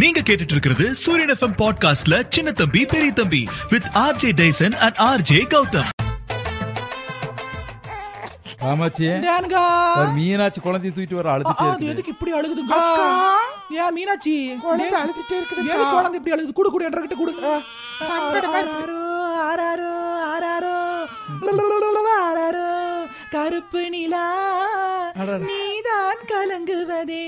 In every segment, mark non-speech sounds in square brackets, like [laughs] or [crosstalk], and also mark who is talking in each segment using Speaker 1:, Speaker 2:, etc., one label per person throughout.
Speaker 1: நீங்க கேட்டுட்டு இருக்கிறது சூரியன் எஃப்எம் பாட்காஸ்ட்ல சின்ன தம்பி பெரிய தம்பி with R J Tyson and R J Gautham
Speaker 2: Kamakshi
Speaker 3: ஏனுங்கா
Speaker 2: ஒரு மீனாட்சி குழந்தைய தூக்கிட்டு வர
Speaker 3: ஆ, அது
Speaker 2: அழுதுட்டே இருக்கு
Speaker 3: எதுக்கு இப்படி அழுகுதுங்க ஏன் மீனாட்சி குழந்தை அழுதுட்டே இருக்குது ஏன் குழந்தை இப்படி அழுகுது குடு குடு என்கிட்ட குடு ஆ, ஆராரோ, ஆராரோ, ஆராரோ, லலலலலல, ஆராரோ, கருப்பு நிலா
Speaker 2: அடடா.
Speaker 3: நீதான் கலங்குவதே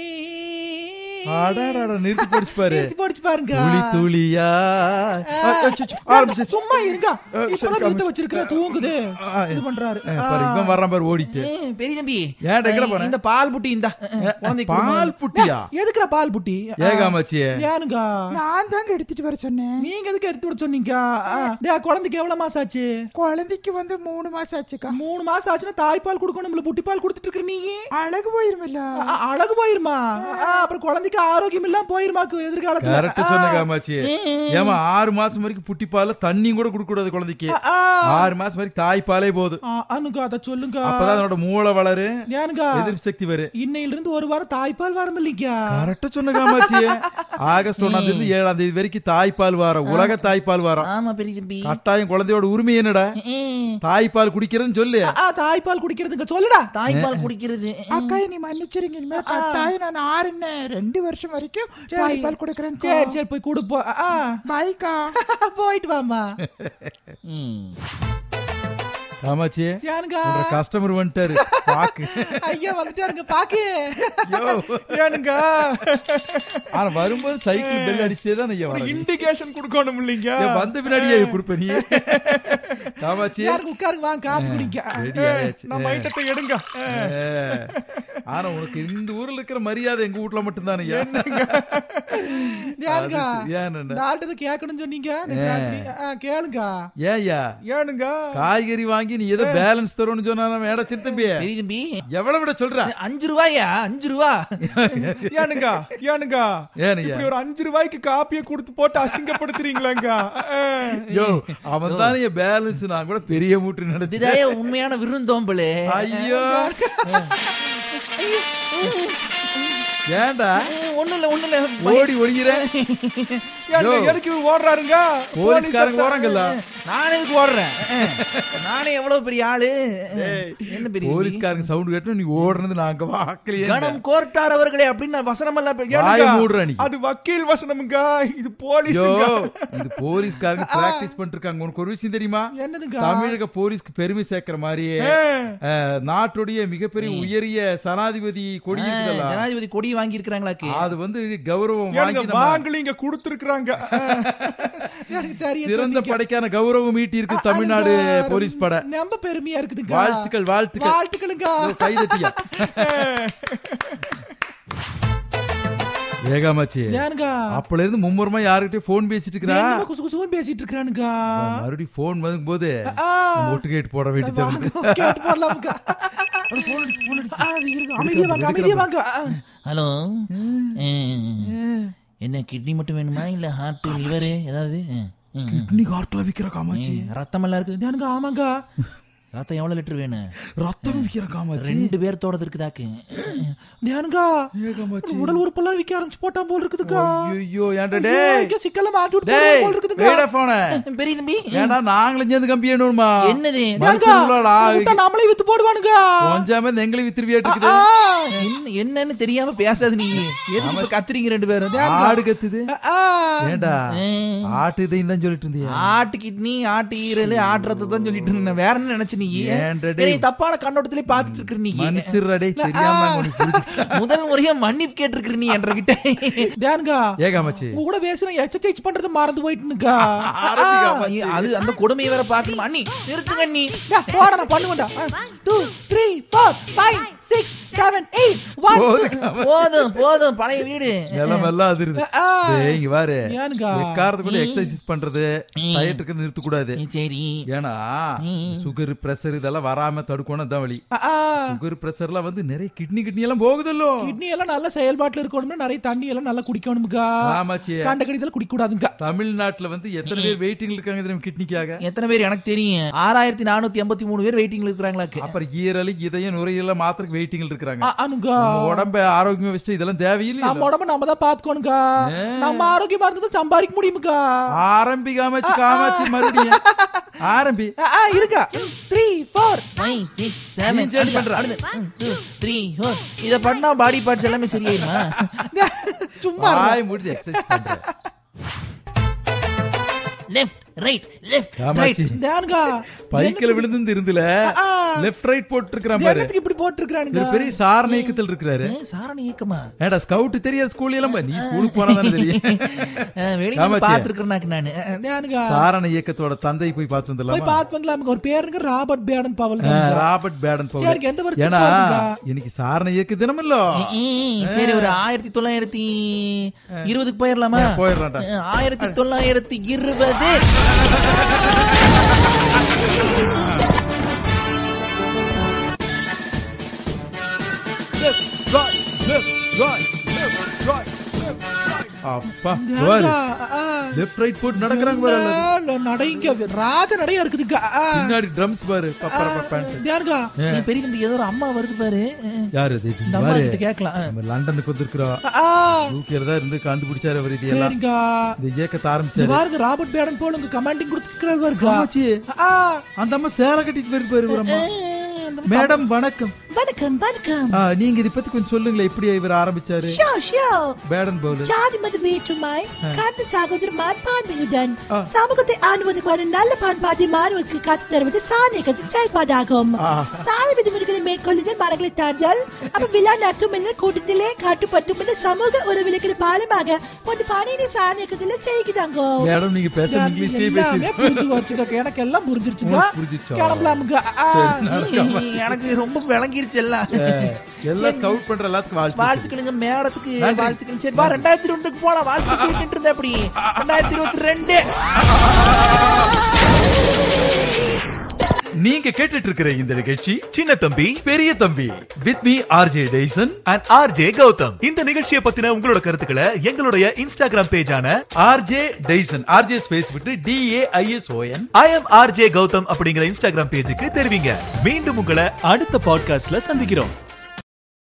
Speaker 2: அடடடா, நிறுத்தி போடுச்சு பாரு.
Speaker 3: நிறுத்தி போடுச்சு பாருங்க
Speaker 2: துளி துளியா
Speaker 3: ஆ,
Speaker 2: ஆ, அச்சச்சோ,
Speaker 3: ஏங்க,
Speaker 2: ஆரம்பிச்சிருச்சு.
Speaker 3: சும்மா இருங்க
Speaker 2: ஆ, சரி,
Speaker 3: இப்பதான்
Speaker 2: காமிச்சு.
Speaker 3: நிறுத்த வச்சிருக்கிற தூங்குது
Speaker 2: ஆ,
Speaker 3: இது பண்றாரு
Speaker 2: ஆ, பாரு
Speaker 3: ஆ.
Speaker 2: இவன் வர்றான் பாரு ஓடிட்டு
Speaker 3: ஏய், பெரிய தம்பி
Speaker 2: ஏன்டா, எங்கடா போன?
Speaker 3: இந்த பால் புட்டி இந்த குழந்தைக்கு
Speaker 2: பால்
Speaker 3: கொடுங்க.
Speaker 2: புட்டியா?
Speaker 3: ஏய், எதுக்குடா பால் புட்டி
Speaker 2: ஏ காமாட்சி
Speaker 3: ஏனுங்க
Speaker 4: நான் தாங்க எடுத்துட்டு வர சொன்னேன்
Speaker 3: நீங்க எதுக்கு எடுத்து விட சொன்னீங்க ஆ, டேய், குழந்தைக்கு எவ்வளவு மாசம் ஆச்சு
Speaker 4: குழந்தைக்கு வந்து மூணு மாசம் ஆச்சுக்கா
Speaker 3: மூணு மாசம் ஆச்சுன்னா தாய்ப்பால் கொடுக்கணும் நம்மள புட்டி பால் கொடுத்துட்டு இருக்கிற நீ
Speaker 4: அழகு போயிருமில்ல
Speaker 3: அ- அ- அழகு போயிருமா ஆ, அப்புறம் குழந்தைக்கு ஆரோக்கியம் எல்லாம் போயிருமாக்கு எதிர்காலத்துல
Speaker 2: கரெக்ட் சொன்ன
Speaker 3: ஆ,
Speaker 2: காமாட்சி ஏமா ஆறு மாசம் வரைக்கும் புட்டி பால்ல தண்ணி கூட கொடுக்க கூடாது குழந்தைக்கு
Speaker 3: ஆ, ஆ.
Speaker 2: ஆறு மாசம் வரைக்கும் தாய் பாலே போதும்
Speaker 3: ஆ, அனுங்க அத சொல்லுங்க
Speaker 2: அப்பதான் அதனோட மூளை வளரும்
Speaker 3: ஏனுங்க
Speaker 2: எதிர்ப்பு சக்தி வரும்
Speaker 3: இன்னையில இருந்து ஒரு வாரம் தாய்ப்பால் வரம் இல்லைங்க
Speaker 2: கரெக்டா சொன்ன காமாட்சி ஆகஸ்ட் ஒன்னாம் தேதி ஏழாம் தேதி வரைக்கும் தாய்ப்பால் வாரம் உலக தாய்ப்பால் வாரம்
Speaker 3: ஆமா பெரிய தம்பி
Speaker 2: கட்டாயம் குழந்தையோட உரிமை என்னடா தாய்ப்பால் குடிக்கிறதுன்னு சொல்லு
Speaker 3: தாய்ப்பால் குடிக்கிறதுங்க சொல்லுடா தாய்ப்பால் குடிக்கிறது
Speaker 4: அக்கா நீ மன்னிச்சிருங்க இனிமே கட்டாயம் நான் ஆறுன்னு ரெண்டு வருஷம் வரைக்கும் தாய்ப்பால் கொடுக்குறேன்
Speaker 3: சரி சரி போய் கொடுப்போம் ஆ,
Speaker 4: பாய்க்கா
Speaker 3: ஆ. [laughs] போயிட்டு வாமா
Speaker 2: காமாட்சி
Speaker 3: ஏனுங்க
Speaker 2: கஸ்டமர் வந்துட்டாரு பாக்கு
Speaker 3: ஐயா வந்துட்டாருங்க பாக்கு
Speaker 2: ஐயோ.
Speaker 3: ஏனுங்க
Speaker 2: ஆனா வரும்போது சைக்கிள் பெல் அடிச்சே தான் ஐயா வரது.
Speaker 3: இண்டிகேஷன் கொடுக்கணும் இல்லைங்க
Speaker 2: ஏன் வந்த பின்னாடியே கொடுப்ப நீ காமாட்சி
Speaker 3: யாருக்கு உட்காருங்க வாங்க காப்பி குடிங்க
Speaker 2: ready ஆயாச்சு.
Speaker 3: நம்ம ஐட்டத்தை எடுங்க
Speaker 2: ஏ. ஆனா உனக்கு இந்த ஊர்ல இருக்கிற மரியாதை எங்க வீட்ல மட்டும்தான் ஐயா
Speaker 3: ஏனுங்க
Speaker 2: அது சரி, ஏனுண்ணா.
Speaker 3: இந்த ஆட்டத்தை கேட்கணும்னு சொன்னீங்க இன்னைக்கு ராத்திரி. ஆ, கேளுங்க
Speaker 2: ஏன் ஐயா
Speaker 3: ஏனுங்க
Speaker 2: காய்கறி வாங்கி நீ ஏதோ பேலன்ஸ் தரும்னு சொன்னா நம்ம ஏடா சின்ன தம்பி
Speaker 5: பெரிய தம்பி
Speaker 2: எவ்வளவு விட சொல்ற
Speaker 5: அஞ்சு ரூபாயா அஞ்சு ரூபா
Speaker 3: ஏனுங்க ஏனுங்க
Speaker 2: ஏன் ஐயா
Speaker 3: இப்படி ஒரு அஞ்சு ரூபாய்க்கு காப்பியை கொடுத்து போட்டு அசிங்கப்படுத்துறீங்களாங்க
Speaker 2: ஐயோ அவன் தான் என் பேலன்ஸ் நான் கூட பெரிய மூட்டு நினைச்சேன்
Speaker 5: இதாய உண்மையான விருந்தோம்பலு [laughs]
Speaker 2: ஐயோ ஏன்டா
Speaker 5: ஒண்ணும் இல்ல ஒண்ணும் இல்ல
Speaker 2: ஓடி ஒளிகிறேன்
Speaker 3: ஏனுங்க,
Speaker 2: யோ.
Speaker 3: எதுக்கு இவர் ஓடுறாருங்க
Speaker 2: போலீஸ்காரங்க போறாங்கல்ல
Speaker 5: நானே இதுக்கு ஓடுறேன் நானே எவ்வளவு பெரிய ஆளு என்ன பெரிய தம்பி?
Speaker 2: போலீஸ்காரங்க சவுண்ட் கேட்டு நீ ஓடுறது நாங்க வாக்கலையே
Speaker 5: கணம் கோர்ட்டார் அவர்களே அப்படின்னு நான் வசனம் எல்லாம் பே-
Speaker 2: வாய
Speaker 3: ஏனுங்க,
Speaker 2: மூடுற நீ.
Speaker 3: அது வக்கீல் வசனமுங்க இது போலீஸ்
Speaker 2: ஐயோ இது போலீஸ்காரங்க பிராக்டிஸ் பண்ணிட்டு இருக்காங்க உனக்கு ஒரு விஷயம் தெரியுமா
Speaker 3: என்னதுங்க
Speaker 2: தமிழக போலீஸ்க்கு பெருமை சேர்க்கிற மாதிரி அஹ், நாட்டுடைய மிகப்பெரிய உயரிய சனாதிபதி கொடி இருக்குதல்ல,
Speaker 5: ஜனாதிபதி கொடி வாங்கி இருக்கிறாங்களாக்கு
Speaker 2: அது வந்து கௌரவம்
Speaker 3: ஏனுங்க,
Speaker 2: வாங்கி நம்ம
Speaker 3: வாங்கலிங்க கொடுத்துருக்குறாங்க எனக்கு சரியா
Speaker 2: சிறந்த படைக்கான கௌரவம் ஈட்டி இருக்கு தமிழ்நாடு போலீஸ் படை
Speaker 3: நம்ம பெருமையா இருக்குதுங்க
Speaker 2: வாழ்த்துக்கள் வாழ்த்துக்கள்
Speaker 3: வாழ்த்துக்களுங்க
Speaker 2: இதோ கைதட்டியா ஏகாமாச்சி
Speaker 3: ஏனுங்க
Speaker 2: அப்பல இருந்து மும்முரமா யாருக்கிட்டயும் போன் பேசிட்டு இருக்கிறா
Speaker 3: என்னமோ குசு குசுன்னு பேசிட்டு இருக்கிறானுங்க
Speaker 2: மறுபடியும் போன் வரும்போது
Speaker 3: ஆ,
Speaker 2: ஒட்டுகேட் போட வேண்டியது
Speaker 3: வாங்க, [laughs] கேட்டு போடலாமுங்க.
Speaker 2: [laughs]
Speaker 3: ஆ, இருங்க, அமைதியா வாங்க அமைதியா வாங்க ஆ,
Speaker 5: ஹலோ என்ன கிட்னி மட்டும் வேணுமா இல்ல ஹார்ட் லிவர் ஏதாவது ம், ம், ம்.
Speaker 2: கிட்னி கார்ட்ல விக்கிற காமாச்சி
Speaker 5: ம், ரத்தம் எல்லாம் இருக்குது
Speaker 3: ஏனுங்க ஆமாங்க
Speaker 5: ரத்தம் எவ்வளவு லிட்டர் வேணும்
Speaker 2: ரத்தம் விக்கிற காமாச்சி
Speaker 5: ரெண்டு பேர்த்தோடது இருக்குதாக்கு
Speaker 3: ஏனுங்க
Speaker 2: ஏகாமாச்சி
Speaker 3: உடல் உறுப்பெல்லாம் விக்க ஆரம்பிச்சு போட்டான் போல் இருக்குதுக்கா
Speaker 2: ஐயோ ஏன்டா
Speaker 3: ஐயோ,
Speaker 2: டேய்
Speaker 3: இங்க சிக்கல்ல மாட்டி விட்டு
Speaker 2: டேய்
Speaker 3: போடுறது போல் இருக்குதுங்க.
Speaker 2: வேடா போன
Speaker 5: பெரிய தம்பி
Speaker 2: ஏன்டா நாங்களும் சேர்ந்து கம்பி ஏணுமா
Speaker 5: என்னது?
Speaker 2: மனுஷங்களா
Speaker 3: அதை விட்டா நம்மளே வித்து போடுவானுங்க
Speaker 2: கொஞ்சாம இந்த எங்களை வித்திருவியாட்டு இருக்குது
Speaker 5: என்ன- என்னன்னு தெரியாம பேசாத நீங்க எதுக்கு இப்ப கத்துறீங்க ரெண்டு பேரும்
Speaker 2: ஆடு கத்துது
Speaker 3: ஆ,
Speaker 2: ஏன்டா
Speaker 5: ஏய்,
Speaker 2: ஆட்டு இதையும் தான் சொல்லிட்டு இருந்தியா
Speaker 5: ஆட்டு கிட்னி ஆட்டு ஈரல் ஆட்டுறத தான் சொல்லிட்டு இருந்தேன் வேற என்ன நினைச்சு நீ
Speaker 2: ஏன்டா டேய்?
Speaker 5: என்னைய தப்பான கண்ணோட்டத்திலே பாத்துட்டு இருக்கிற நீ
Speaker 2: மன்னிச்சிடுறா டேய் தெரியாம நாங்க உனக்கு புரிஞ்சு-
Speaker 5: முதல் முறையா மன்னிப்பு கேட்டிருக்கிற நீ என்ற கிட்ட
Speaker 3: தேனுங்க
Speaker 2: ஏகாமாச்சி
Speaker 3: உங்க கூட பேசுனா எக்ஸசைஸ் பண்றது மறந்து போயிட்டுனுக்கா
Speaker 5: அது அந்த கொடுமையை வேற பாக்கணும் அண்ணி நிறுத்துங்க அண்ணி
Speaker 3: போட நான் பண்ணுவேன்டா one two three four five six seven eight one
Speaker 2: போது காமாட்சி.
Speaker 5: போதும் போதும் பழைய வீடு
Speaker 2: நிலம் எல்லாம் அதிருது
Speaker 3: ஆ.
Speaker 2: டேய், இங்க பாரு
Speaker 3: ஏனுங்க?
Speaker 2: எக்காரத்துக்குள்ள எக்ஸசைஸ் பண்றது டயட் இருக்கு நிறுத்த கூடாது
Speaker 5: சரி
Speaker 2: ஏன்னா சுகர் பிரஷர் இதெல்லாம் வராம தடுக்கணும் தான் வழி சுகர் பிரஷர்லாம் வந்து நிறைய கிட்னி கிட்னி எல்லாம் போகுதல்லோ
Speaker 3: கிட்னி எல்லாம் நல்ல செயல்பாட்டுல இருக்கணும்னா நிறைய தண்ணி எல்லாம் நல்லா குடிக்கணுமுக்கா
Speaker 2: ஆமாச்சி
Speaker 3: கண்ட கடிதல் குடிக்க கூடாதுங்க
Speaker 2: தமிழ்நாட்டுல வந்து எத்தனை பேர் வெயிட்டிங்ல இருக்காங்க தெரியும் கிட்னிக்காக
Speaker 5: எத்தனை பேர் எனக்கு தெரியும் ஆறாயிரத்தி நானூத்தி எண்பத்தி மூணு பேர் வெயிட்டிங்ல இருக்கிறாங்களாக்கு
Speaker 2: அப்புறம் ஈரல் இதயம் நுரையீரல மாத்திரைக்கு வெயிட்டிங்ல இருக்கிறாங்க
Speaker 3: அ- அனுங்கா
Speaker 2: நம்ம உடம்ப ஆரோக்கியமா வச்சுட்டு இதெல்லாம் தேவையில்லை
Speaker 3: நம்ம உடம்ப நாம தான் பாத்துக்கோணுக்கா நம்ம ஆரோக்கியமா இருந்தது சம்பாதிக்க முடியுமுக்கா
Speaker 2: ஆரம்பி காமாச்சு காமாச்சு மறுபடியும் ஆரம்பி
Speaker 3: அ, அ, இருக்கா த்ரீ ஃபோர்
Speaker 5: ஃபைவ் சிக்ஸ்
Speaker 2: நீ change பண்ற.
Speaker 5: செவன் த்ரீ ஃபோர் இதை பண்ணா பாடி பார்ட்ஸ் எல்லாமே சரியாயிருமா
Speaker 3: சும்மா இருங்க.
Speaker 2: வாய் மூடி எக்ஸசைஸ் பண்ற
Speaker 5: left right left right
Speaker 2: Kamakshi
Speaker 3: தேனுக்கா
Speaker 2: பைக்கில் விழுந்து இருந்துல
Speaker 3: ஆ.
Speaker 2: லெஃப்ட் ரைட் போட்டு இருக்கிறான் பாரு
Speaker 3: என்னத்துக்கு இப்படி போட்டு
Speaker 2: இவர் பெரிய சாரண இயக்கத்தில் இருக்கிறாரு
Speaker 5: சாரணி இயக்கமா
Speaker 2: ஏடா ஸ்கவுட் தெரியாது ஸ்கூல் எல்லாம் பாரு. நீ ஸ்கூலுக்கு போனதானே தெரியும்
Speaker 5: வெளியே
Speaker 2: ஆமாச்சி.
Speaker 5: பாத்துருக்கேன் நானு
Speaker 3: தேனுக்கா
Speaker 2: சாரண இயக்கத்தோட தந்தை போய் பார்த்து
Speaker 3: போய்
Speaker 2: வந்துடலாமா
Speaker 3: பாத்து வரலாம் ஒரு பேர் இருக்கு ராபர்ட் பேடன் பவல்
Speaker 2: ஆ, ராபர்ட் பேடன் பவுல்
Speaker 3: சரிக்கு, எந்த வருஷத்துக்கு
Speaker 2: ஏன்னா
Speaker 3: போறீங்க?
Speaker 2: இன்னைக்கு சாரண இயக்க தினம் இல்ல
Speaker 5: ம்ம். சரி ஒரு ஆயிரத்தி தொள்ளாயிரத்தி இருபதுக்கு போயிடலாமா
Speaker 2: ஆ, போயிடலாம்டா.
Speaker 5: ஆ, ஆயிரத்தி தொள்ளாயிரத்தி இருபது
Speaker 2: அப்பா
Speaker 3: தேனுக்கா, ஆ,
Speaker 2: லெஃப்ட் ரைட் போட்டு நடக்கிறாங்க
Speaker 3: ஆ,
Speaker 2: பாரு எல்லாரும்.
Speaker 3: இல்ல, நடைங்க ராஜ நடையா இருக்குதுக்கா ஆ,
Speaker 2: பின்னாடி ட்ரம்ஸ் பாரு பப்பர பப்பான்ட்டு
Speaker 3: தேனுக்கா
Speaker 5: என் பெரிய தம்பி ஏதோ ஒரு அம்மா வருது பாரு ஆ,
Speaker 2: யாரு இது
Speaker 5: இந்த அம்மா
Speaker 2: பாரு
Speaker 5: கிட்ட கேட்கலாம் ஆ.
Speaker 2: நம்ம லண்டனுக்கு வந்திருக்கிறோம்
Speaker 3: ஆ, ஆ,
Speaker 2: யூகேல தான் இருந்து கண்டுபிடிச்சாரு அவர் இது எல்லாம்
Speaker 3: சரிங்கா
Speaker 2: இந்த இயக்கத்தை
Speaker 3: இது
Speaker 2: ஆரம்பிச்சாரு
Speaker 3: பாருங்க ராபர்ட் பேடன் போல உங்க கமாண்டிங் கொடுத்துக்கிறார் பாருக்கா
Speaker 2: ஆமாச்சி.
Speaker 3: ஆ,
Speaker 2: அந்த அம்மா சேலை கட்டிட்டு போயிரு பாரு ஒரு அம்மா
Speaker 5: இந்த
Speaker 2: மேடம் வணக்கம்
Speaker 4: வணக்கம் வணக்கம்
Speaker 2: ஆ, நீங்க இதை பத்தி கொஞ்சம் சொல்லுங்களேன் எப்படி இவர் ஆரம்பிச்சாரு
Speaker 4: ஷோ ஷோ
Speaker 2: பேடன் பவுலர்
Speaker 4: ஜாதி மத வேற்றுமை கருத்து சாகோதரமான பான்மையுடன்
Speaker 2: ஆ.
Speaker 4: சமூகத்தை ஆணுவதற்கான நல்ல பண்பாட்டை மாணவருக்கு காத்து தருவது சாணியகத்தின் செயல்பாடாகும்
Speaker 2: ஆ.
Speaker 4: சாலை விதிமுறைகளை மேற்கொள்ளுதல் மரங்களை தாண்டுதல் அப்ப விழா நடத்தும் இல்லை கூட்டத்திலே காட்டுப்பட்டும் இல்லை சமூக உறவிலுக்கு பாலமாக ஒரு பணியினை சாணியகத்தில செய்கிறாங்க
Speaker 2: மேடம் நீங்க பேச
Speaker 3: தேனுக்கு
Speaker 2: இங்கிலீஷ்லயே
Speaker 3: எல்லாமே
Speaker 2: பேசி
Speaker 3: புரிஞ்சு வச்சுக்கா எனக்கு எல்லாம் புரிஞ்சிருச்சுக்கா
Speaker 2: உங்களுக்கு புரிஞ்சிருச்சா?
Speaker 3: கிளம்பலாமுக்கா ஆ,
Speaker 5: ம், எனக்கு ரொம்ப விளங்கிருச்சு எல்லாம்
Speaker 2: எல்லாம் ஸ்கவுட் பண்ற எல்லாத்துக்கும் வாழ்த்து
Speaker 5: வாழ்த்துக்களுங்க மேடத்துக்கு
Speaker 2: நன்றி.
Speaker 5: வாழ்த்துக்கள் சரி வா ரெண்டாயிரத்தி ரெண்டுக்கு போலாம் வாழ்த்து சொல்லிட்டு இருந்தேன் அப்படி ரெண்டாயிரத்தி இருபத்தி ரெண்டு
Speaker 2: நீங்க கேட்டுட்டு இருக்கிற இந்த நிகழ்ச்சி
Speaker 1: சின்ன தம்பி
Speaker 2: பெரிய தம்பி with me RJ Daison
Speaker 1: and R J Gautham இந்த நிகழ்ச்சியை பத்தின உங்களோட கருத்துக்களை எங்களுடைய இன்ஸ்டாகிராம் பேஜான
Speaker 2: ஆர்ஜே டெய்சன் ஆர்ஜே ஸ்பேஸ் விட்டு D A I S O N
Speaker 1: I M R J Gautham அப்படிங்கிற இன்ஸ்டாகிராம் பேஜுக்கு தெரிவிங்க மீண்டும் உங்களை அடுத்த பாட்காஸ்ட்ல சந்திக்கிறோம்